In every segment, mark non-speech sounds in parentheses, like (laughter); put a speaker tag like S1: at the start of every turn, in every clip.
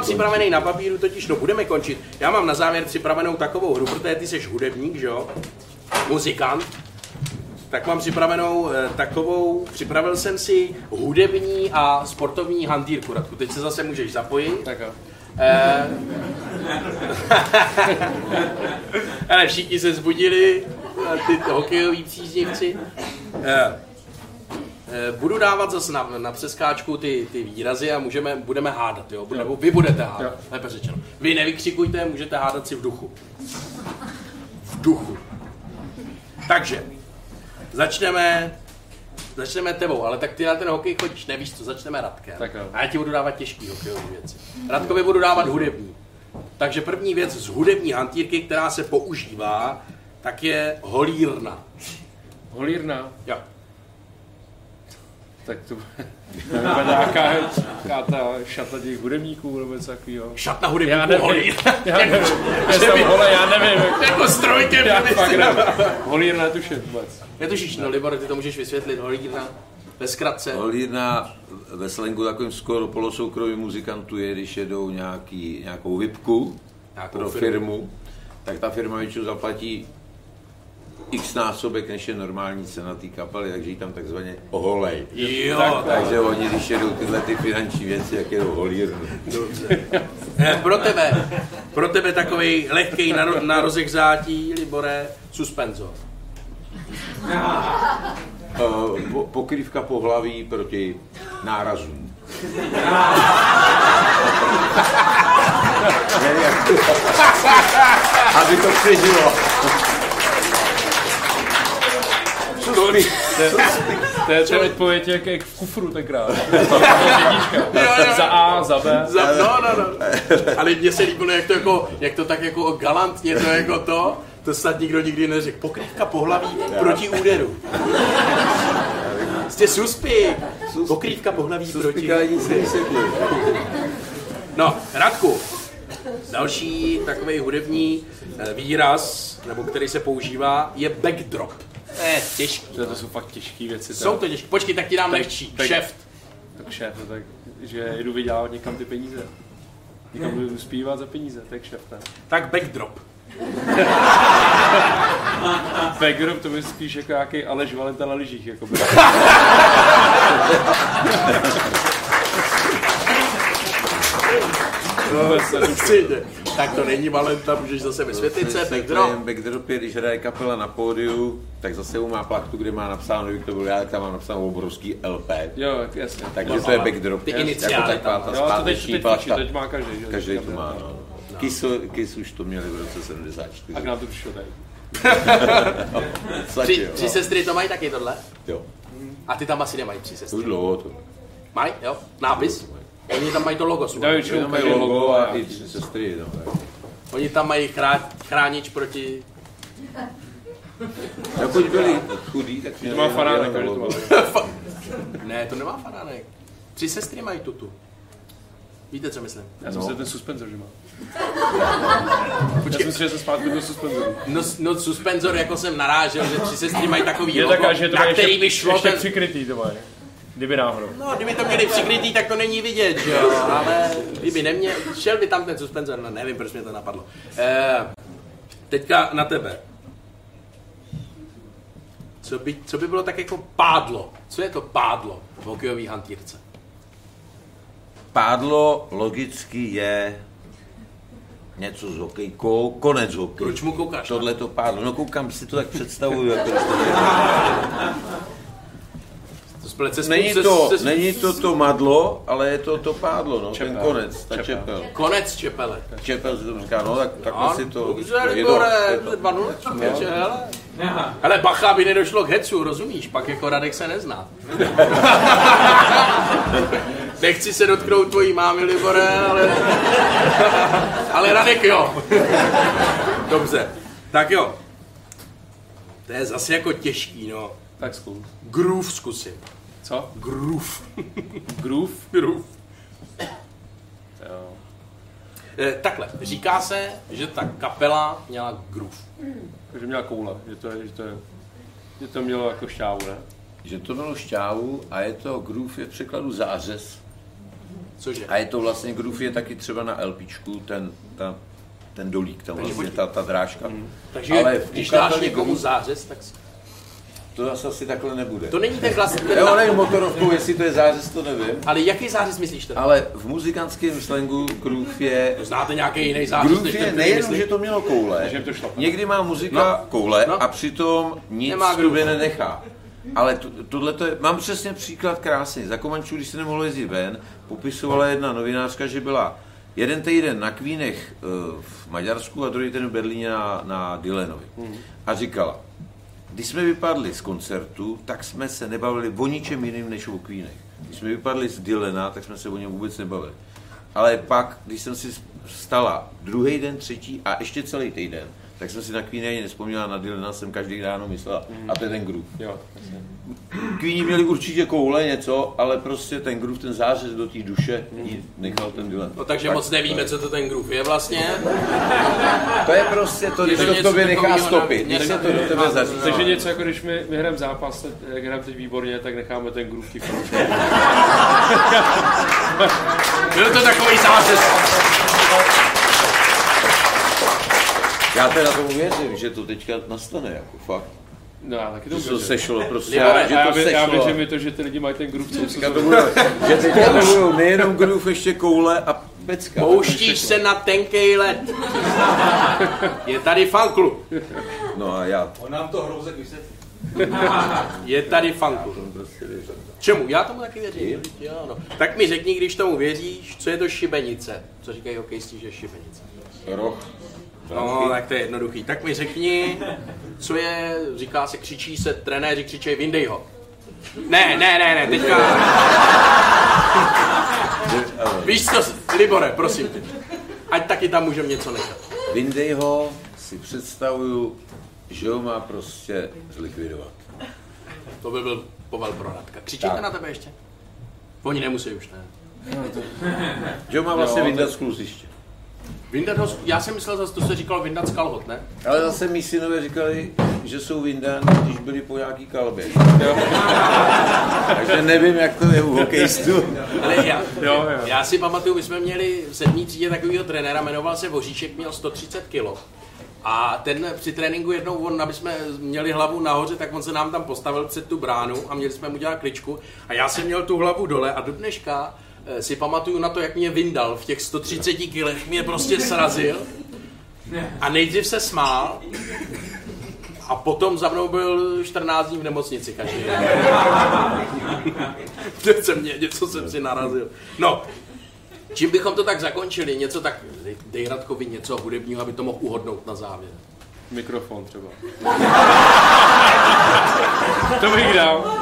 S1: připravený na papíru, totiž no budeme končit. Já mám na závěr připravenou takovou hru, protože ty jsi hudebník, že jo? Muzikant. Tak mám připravenou eh, takovou, připravil jsem si hudební a sportovní hantýrku, Radku, teď se zase můžeš zapojit.
S2: Tak jo.
S1: Eh, (laughs) Ale všichni se zbudili, eh, ty hokejoví příznivci. Eh, eh, Budu dávat zase na, na přeskáčku ty, ty výrazy a můžeme, budeme hádat, jo? Nebo vy budete hádat,
S2: Jo.
S1: lépe řečeno. Vy nevykřikujte, můžete hádat si v duchu. V duchu. Takže, začneme, začneme tebou, ale tak ty na ten hokej chodíš, nevíš co, začneme Radkem.
S2: Tak jo.
S1: A já ti budu dávat těžký hokejový věci. Radkovi budu dávat hudební. Takže první věc z hudební hantýrky, která se používá, tak je holírna.
S2: Holírna,
S1: Jo.
S2: tak (laughs) to bude nějaká, nějaká ta šata těch hudebníků nebo něco takového.
S1: Šatna
S2: Já
S1: hudebníků
S2: nevím.
S1: holírna.
S2: Já nevím, já jsem hole, já nevím. jak-
S1: Jako strojkem.
S2: Já
S1: by
S2: fakt
S1: si-
S2: nevím. Holírna netuším vůbec.
S1: Netušíš, no Libor, ty to můžeš vysvětlit, holírna. Ve zkratce.
S3: Holírna ve slangu takovým skoro polosoukromý muzikantů je, když jedou nějaký, nějakou vypku
S1: Nějakou
S3: pro
S1: firmu.
S3: firmu. tak ta firma většinou zaplatí x násobek, než je normální cena té kapely, takže ji tam takzvaně oholej.
S1: Jo,
S3: Takže oni, když jedou tyhle ty finanční věci, jak jedou holírnu.
S1: Eh, pro tebe, pro tebe takový lehký
S2: (laughs)
S1: naro- na rozehřátí, Libore, suspenzor.
S3: Eh, po- Pokrývka pohlaví proti nárazům. (laughs) Ne, jak- (laughs) Aby to přežilo.
S2: To je to odpověď jak, jak v kufru tenkrát.
S1: no.
S2: Jednička. Za A, za B.
S1: Za, no, no, no. Ale mně se líbilo, jak to, jako, jak to tak jako galantně, to jako to, to snad nikdo nikdy neřekl. Pokrývka pohlaví proti úderu.
S2: (laughs)
S1: Jste suspy. Pokrývka pohlaví proti...
S3: Spikání se vysvětlí.
S1: No, Radku, další takový hudební eh, výraz, nebo který se používá, je backdrop. To je těžký.
S2: To, to jsou fakt těžké věci. teda.
S1: Jsou to těžký. Počkej, tak ti dám lehčí.
S2: tak-
S1: Kšeft.
S2: Tak šéf, no tak, že jdu vydělávat někam ty peníze. Někam budu zpívat za peníze, tak šéf, ne?
S1: Tak backdrop.
S2: Backdrop to by spíš jako nějaký Aleš Valenta na lyžích, jako by.
S1: Přijde. (laughs) tak to není Valenta, můžeš zase vysvětlit se, backdrop.
S3: Backdrop. Backdrop je, když hraje kapela na pódiu, tak za sebou má plaktu, kde má napsáno, kdyby to byl já, tak tam má napsáno obrovský LP.
S2: Jo, jasně.
S3: Takže to je backdrop.
S1: Ty
S3: Jako
S1: iniciály
S3: taková ta
S2: Jo, to teď,
S3: zpáteční
S2: teď,
S3: plachta.
S2: teď, teď má každý, že?
S3: Každý to má, no. Kiss, Kiss už to měli v roce 74.
S2: A k nám to přišlo tady.
S3: V podstatě,
S1: Tři,
S3: jo. no.
S1: tři sestry to mají taky tohle?
S3: Jo.
S1: A ty tam asi nemají tři sestry.
S3: Už dlouho to.
S1: Mají, jo? Nápis? Oni tam mají to logo svůj.
S2: To je
S3: Jenom mají logo a i tři sestry. No, tak.
S1: Oni tam mají chrá, chránič proti...
S3: Dokud byli chudí, tak
S2: To
S3: měli
S2: má
S3: jenom
S2: faránek,
S3: jenom
S2: takže to má.
S3: logo.
S1: Fa- ne, to nemá faránek. Tři sestry mají tutu. Víte, co myslím?
S2: Já jsem
S3: No.
S2: si ten suspenzor, že má. Já jsem si, že jsem zpátky do suspenzoru.
S1: No, no suspenzor, jako jsem narážel, že tři sestry mají takový
S2: Je
S3: Jako
S1: logo,
S2: taká, že to má
S1: na který by
S2: ještě,
S1: šlo
S2: ještě
S1: ten...
S2: přikrytý, to má. je. Kdyby náhodou.
S1: No, kdyby to měli přikrytý, tak to není vidět, že jo, ale kdyby neměl, šel by tam ten suspenzor, no nevím, proč mě to napadlo. Eh, teďka na tebe. Co by, co by bylo tak jako pádlo? Co je to pádlo v hokejový hantýrce?
S3: Pádlo logicky je něco s hokejkou, konec hokejky.
S1: Proč mu koukáš?
S3: Tohle to pádlo. No koukám, si to tak představuju.
S1: (laughs)
S3: Jako
S1: To splete se
S3: není,
S1: se-
S3: to,
S1: se-
S3: není to to madlo, ale je to to pádlo, no, ten
S2: Čepel.
S3: konec, ta
S2: Čepel.
S3: čepel.
S1: Konec čepele.
S3: Čepel se to říká, no tak, takhle si to...
S1: Dobře,
S3: je to-
S1: Libore,
S3: je to-
S1: 2-0, takže, hele. Hele, no. bacha, aby nedošlo k hecu, rozumíš? Pak jako Radek se nezná. Nechci se dotknout tvojí mámy, Libore, ale... ale Radek jo. Dobře, tak jo. To je zase jako těžký, no.
S2: Tak zkus.
S1: Groove zkusím.
S2: Co?
S1: Groove.
S2: Groove?
S1: Groove.
S2: Jo.
S1: Eh, takhle, říká se, že ta kapela měla groove.
S2: Že měla koule, že to, je- že to, je- že to mělo jako šťávu, ne?
S3: Že to bylo šťávu a je to groove je v překladu zářez.
S1: Cože?
S3: A je to vlastně, groove je taky třeba na LPčku, ten, ta, ten dolík, tam vlastně ta, ta drážka.
S1: Mhm. Takže Ale když dáš
S3: ukázali
S1: někomu
S3: groove,
S1: zářez, tak si-
S3: To zase asi takhle nebude.
S1: to není ten klasický.
S3: Jo, nevím motorovku, jestli to je zářez, to nevím.
S1: Ale jaký zářez myslíš teda?
S3: Ale v muzikantském slangu groove je...
S1: Znáte nějaký jiný zářez? než
S3: Groove
S1: ten,
S3: je
S1: který
S3: nejenom,
S1: myslíš?
S3: že to mělo koule,
S2: Že jim to šlape.
S3: někdy má muzika
S1: No.
S3: koule
S1: No.
S3: a přitom nic
S1: Nemá
S3: Nemá
S1: groove.
S3: groove. nenechá. Ale to, tohle to je, mám přesně příklad krásný. Za Komančů, když se nemohlo jezdit ven, popisovala jedna novinářka, že byla jeden týden na Kvínech eh, v Maďarsku a druhý týden v Berlíně na, na Dylanovi.
S1: Mhm.
S3: A říkala, když jsme vypadli z koncertu, tak jsme se nebavili o ničem jiným než o Queenech. Když jsme vypadli z Dylena, tak jsme se o něm vůbec nebavili. Ale pak, když jsem si vstala druhý den, třetí a ještě celý týden, tak jsem si na Queeny ani nespomněla, na Dylena jsem každý ráno myslela. A to je ten groove.
S2: Jo, jasně.
S3: Queeni měli určitě koule něco, ale prostě ten groove, ten zářez do té duše jí nechal ten Dylan.
S1: No takže moc nevíme, co to ten groove je vlastně.
S3: To je prostě to, když
S1: to
S3: to v
S1: něco
S3: tobě nechá
S1: takovýho na-
S3: stopy, když
S1: něco-
S3: se to do tebe
S2: Takže
S3: zařídí.
S2: něco jako když my, my hrajeme zápas, tak jak hrajeme teď výborně, tak necháme ten groove ticho.
S1: Byl to takový zářez.
S3: Já teda tomu věřím, že to teďka nastane, jako fakt.
S2: No já taky to
S3: Že se to
S2: věřím.
S3: sešlo prostě,
S1: Libore,
S3: já, že
S2: A já,
S3: to
S2: vě, já
S3: sešlo.
S2: věřím mi to, že ty lidi mají ten groove, co se
S3: Teďka to budou, že teďka to budou nejenom groove, ještě koule a pecka.
S1: Pouštíš se na tenkej led. Je tady fanklub.
S3: No a já
S4: On nám to hrouzek vysvětlí.
S1: Je tady fanklub.
S3: prostě věřím.
S1: Čemu? Já tomu taky věřím. Jo, no. Tak mi řekni, když tomu věříš, co je to šibenice. Co říkají hokejisti, že je šibenice.
S3: Roh.
S1: No, tak to je jednoduchý. Tak mi řekni, co je, říká se, křičí se, trenéři křičí, vyndej ho. Ne, ne, ne, ne, teďka. Víš co, Libore, prosím tě. Ať taky tam můžeme něco nechat.
S3: Vyndej ho, si představuju, že ho má prostě zlikvidovat.
S1: To by byl povel pro Radka. Křičíte
S3: Tak.
S1: na tebe ještě? Oni nemusí už, ne?
S3: Že ho má vlastně
S2: Jo,
S3: vyndat z kluziště.
S1: Vyndat ho, z- já jsem myslel, zase to se říkalo vyndat z kalhot, ne?
S3: Ale zase mý synové říkali, že jsou vyndáni, když byli po nějaký kalbě. Takže nevím, jak to je u hokejistů.
S1: Ale já,
S2: Jo, jo.
S1: já si pamatuju, my jsme měli v sedmý třídě takového trenéra, jmenoval se Voříšek, měl 130 kg. A ten při tréninku jednou, on, aby jsme měli hlavu nahoře, tak on se nám tam postavil před tu bránu a měli jsme mu dělat kličku. A já jsem měl tu hlavu dole a do dneška eh, si pamatuju na to, jak mě vyndal v těch 130 kilech, mě prostě srazil. A nejdřív se smál, a potom za mnou byl 14 dní v nemocnici každý den. Teď se mě, něco jsem si narazil. No, čím bychom to tak zakončili? Něco tak, dej- dej Radkovi něco hudebního, aby to mohl uhodnout na závěr.
S2: Mikrofon třeba. to bych dal.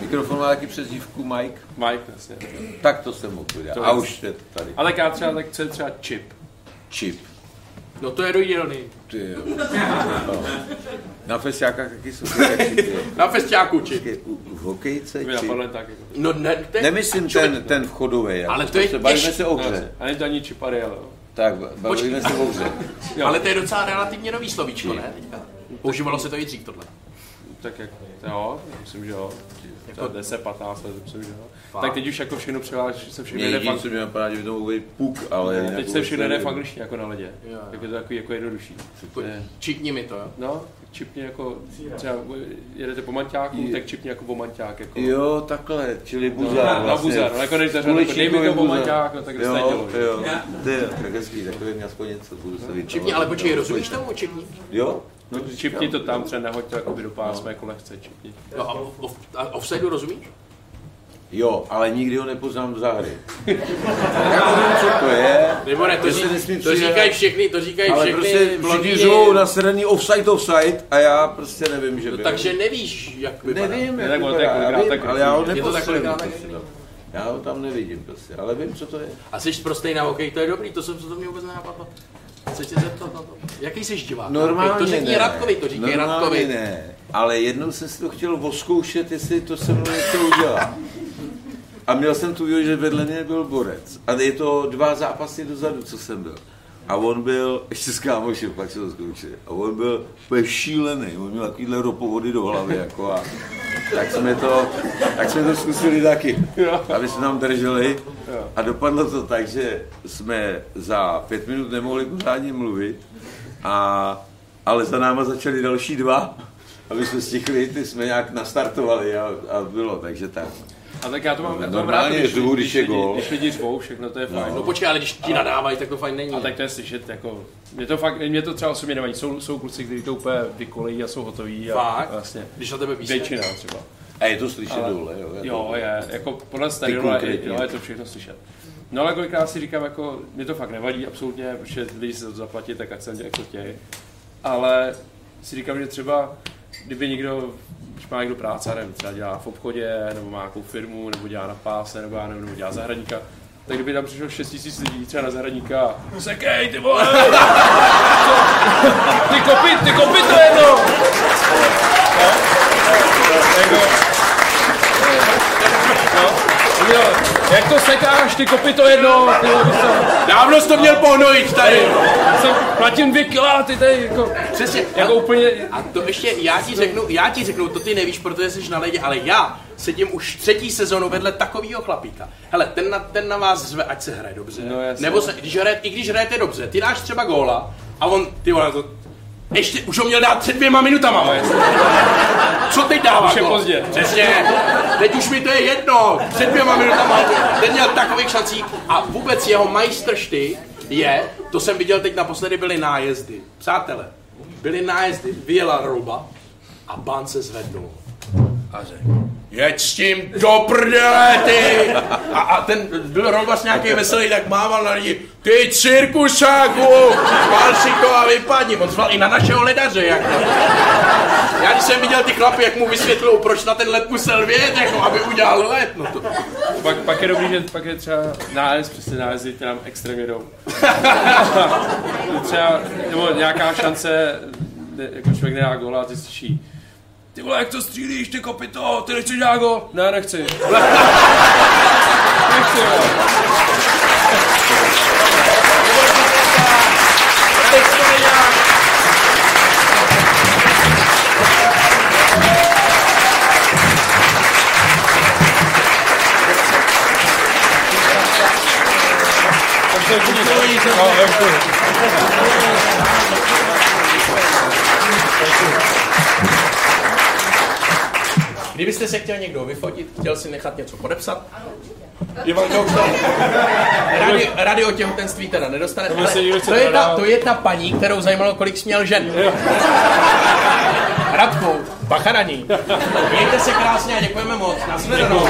S3: Mikrofon má taky přezdívku Mike.
S2: Mike, jasně.
S3: Tak to jsem mohl udělat.
S2: To
S3: A
S2: je-
S3: už je to tady.
S2: A tak já třeba, tak co je třeba chip?
S3: Čip.
S1: No to je do dílny.
S3: Ty jo. No. Na festiákách taky jsou taky čipy.
S1: Na festiáku či.
S3: Taky u- V hokejce
S2: To mi
S3: čip.
S2: napadlo jen tak. Jako.
S1: No ne, to je,
S3: Nemyslím ten, ten vchodový. jako.
S1: Ale to je
S3: se bavíme
S1: těžký.
S3: se o
S2: No, jasně.
S3: hře.
S2: A není to ani chip Ariel, jo.
S3: Tak, bavíme se o hře.
S2: jo.
S1: ale to je docela relativně nový slovíčko, ne? Teďka. Používalo se to i dřív tohle.
S2: Tak jak, jo, myslím, že jo.
S1: Jako-
S2: To 10, 15 let, myslím, že jo.
S1: Fakt.
S2: Tak teď už jako všechno převáží, se všechno
S3: Mě
S2: jde
S3: jediný,
S2: fakt.
S3: co mě napadá, že by to mohl být puk, ale... jinak
S2: Teď se
S3: vůbec
S2: všechno jde
S3: nevím.
S2: v angličtině, jako na ledě.
S1: Jo, jo.
S2: Tak je to takový jako jednodušší.
S1: Pojď,
S2: Ne.
S1: Čipni mi to, jo?
S2: No, tak čipně jako, třeba jedete po manťáku,
S3: Je.
S2: tak čipně jako po manťák. Jako.
S3: Jo, takhle, čili buzar.
S2: na
S3: No, vlastně.
S2: buzar, no, jako když zařadil, jako dej mi to
S3: Kuličníkovi
S2: manťák, no, tak dostaň
S3: Jo,
S2: tělo, že?
S3: jo, ty jo, tak hezký, tak mi aspoň něco budu se vytvořit.
S1: Čipni, ale
S3: no,
S1: počkej, rozumíš tomu čipni?
S3: Jo?
S2: No, čipni to tam třeba nehoď to jakoby do pásma, jako lehce čipni.
S1: No a, off, a offsideu rozumíš?
S3: Jo, ale nikdy ho nepoznám v záhry. Já nevím, co to je,
S1: Nebo ne, to,
S3: Že
S1: ří,
S3: se nesmí
S1: to
S3: přidat.
S1: říkají všechny, to říkají
S3: ale
S1: všechny
S3: prostě všichni
S1: blondýny.
S3: žijou na straně offside, offside a já prostě nevím, že
S1: No,
S3: byl.
S1: takže nevíš, jak vypadá.
S3: Nevím,
S2: Ne,
S3: jak
S2: tak ono
S3: vypadá,
S2: to je
S3: já
S2: kolikrát
S3: vím,
S2: tak
S3: ale já ho
S1: Je to tak
S3: nepostřeluji.
S1: kolikrát tak
S3: prostě, no. Já ho tam nevidím prostě, ale vím, co to je.
S1: A jsi prostej na hokej, to je dobrý, to jsem se to mě vůbec nenapadlo. Chci tě zeptat na to. Jaký jsi divák? na
S3: Normálně
S1: hokej? To řekni
S3: ne.
S1: Radkovi, to říkej
S3: Normálně
S1: Radkovi.
S3: ne, ale jednou jsem si to chtěl voskoušet, jestli to se mnou něco udělá. A měl jsem tu výhodu, že vedle mě byl borec. A je to dva zápasy dozadu, co jsem byl. A on byl, (laughs) ještě s kámošem, pak se to zkoušeli, a on byl úplně šílený, on měl takovýhle ropovody do hlavy, jako a tak jsme to, tak jsme to zkusili taky, aby se nám drželi a dopadlo to tak, že jsme za pět minut nemohli pořádně mluvit, a, ale za náma začali další dva, aby jsme stichli, ty jsme nějak nastartovali a, a bylo, takže tak.
S2: A tak já to mám, já to mám rád,
S3: Normálně
S2: když,
S3: řvu, když je
S2: lidi-
S3: gól.
S2: Když lidi řvou, všechno to je fajn.
S1: No počkej, ale když ti nadávají, tak to fajn není.
S2: A tak to je slyšet, jako, mě to, fakt, mě to třeba osobně nevadí, jsou, jsou kluci, kteří to úplně vykolejí a jsou hotoví. A,
S1: Fakt?
S2: Vlastně.
S1: Když na tebe písne.
S2: Většina třeba.
S3: A je to slyšet dole, jo? je to-
S2: Jo, je, jako podle stadionu je,
S3: konkrétně.
S2: jo, je to všechno slyšet. No ale kolikrát si říkám, jako, mě to fakt nevadí absolutně, protože lidi se za to zaplatí, tak ať se dělají, jako chtějí. Ale si říkám, že třeba, kdyby někdo, když má někdo práce, já nevím, třeba dělá v obchodě, nebo má nějakou firmu, nebo dělá na páse, nebo já nevím, nebo dělá zahradníka, tak kdyby tam přišlo 6 tisíc lidí třeba na zahradníka, a, sekej ty vole, (laughs) ty kopy, ty kopy to jedno! No, jako, no, jo, jak to sekáš, ty kopy to jedno, ty vole, víš co?
S1: Dávno jsi to měl pohnojit tady.
S2: jsem platím dvě kila, ty tady jako,
S1: Přesně.
S2: jako
S1: A-
S2: úplně,
S1: A to ještě já ti řeknu, já ti řeknu, to ty nevíš, protože jsi na ledě, ale já sedím už třetí sezónu vedle takového chlapíka. Hele, ten na, ten na vás zve, ať se hraje dobře.
S2: No, jasně.
S1: Nebo se, když hraje, i když hrajete dobře, ty dáš třeba góla a on, ty vole, to, ještě, už ho měl dát před dvěma minutama. vole. Co teď dává
S2: Už je
S1: gól?
S2: pozdě.
S1: Přesně. Teď už mi to je jedno. Před dvěma minutama. Teď měl takových šancí. A vůbec jeho majstršty je, to jsem viděl teď naposledy, byly nájezdy. Přátelé, byly nájezdy. Vyjela ruba a bán se zvednul. A řekl, jeď s tím do prdele, ty! A, a ten byl Rolbas nějaký veselý, tak mával na lidi, ty cirkusáku, pál si to a vypadni. On zval i na našeho ledaře, jako. Já když jsem viděl ty chlapy, jak mu vysvětlou, proč na ten let musel vědět, jako, aby udělal let, no to...
S2: pak, pak je dobrý, že pak je třeba nájezd, přesně nájezdy, ty nám extrémně (laughs) jdou. třeba, nebo nějaká šance, ne- jako člověk nedá góla a ty slyší, ty vole, jak to střílíš, ty kopito, ty nechceš dát gól? Ne, nechci. (laughs) nechci, jo. Takže vidíš, no, jo, to je.
S1: Kdybyste se chtěl někdo vyfotit, chtěl si nechat něco podepsat,
S2: Ivan Kouksa.
S1: no. rady, rady o těhotenství teda nedostane,
S2: by
S1: ale
S2: se nikdo
S1: to je, ta,
S2: nedal.
S1: to je ta paní, kterou zajímalo, kolik směl žen. Radku, bacha na ní. Mějte se krásně a děkujeme moc. Nasledanou.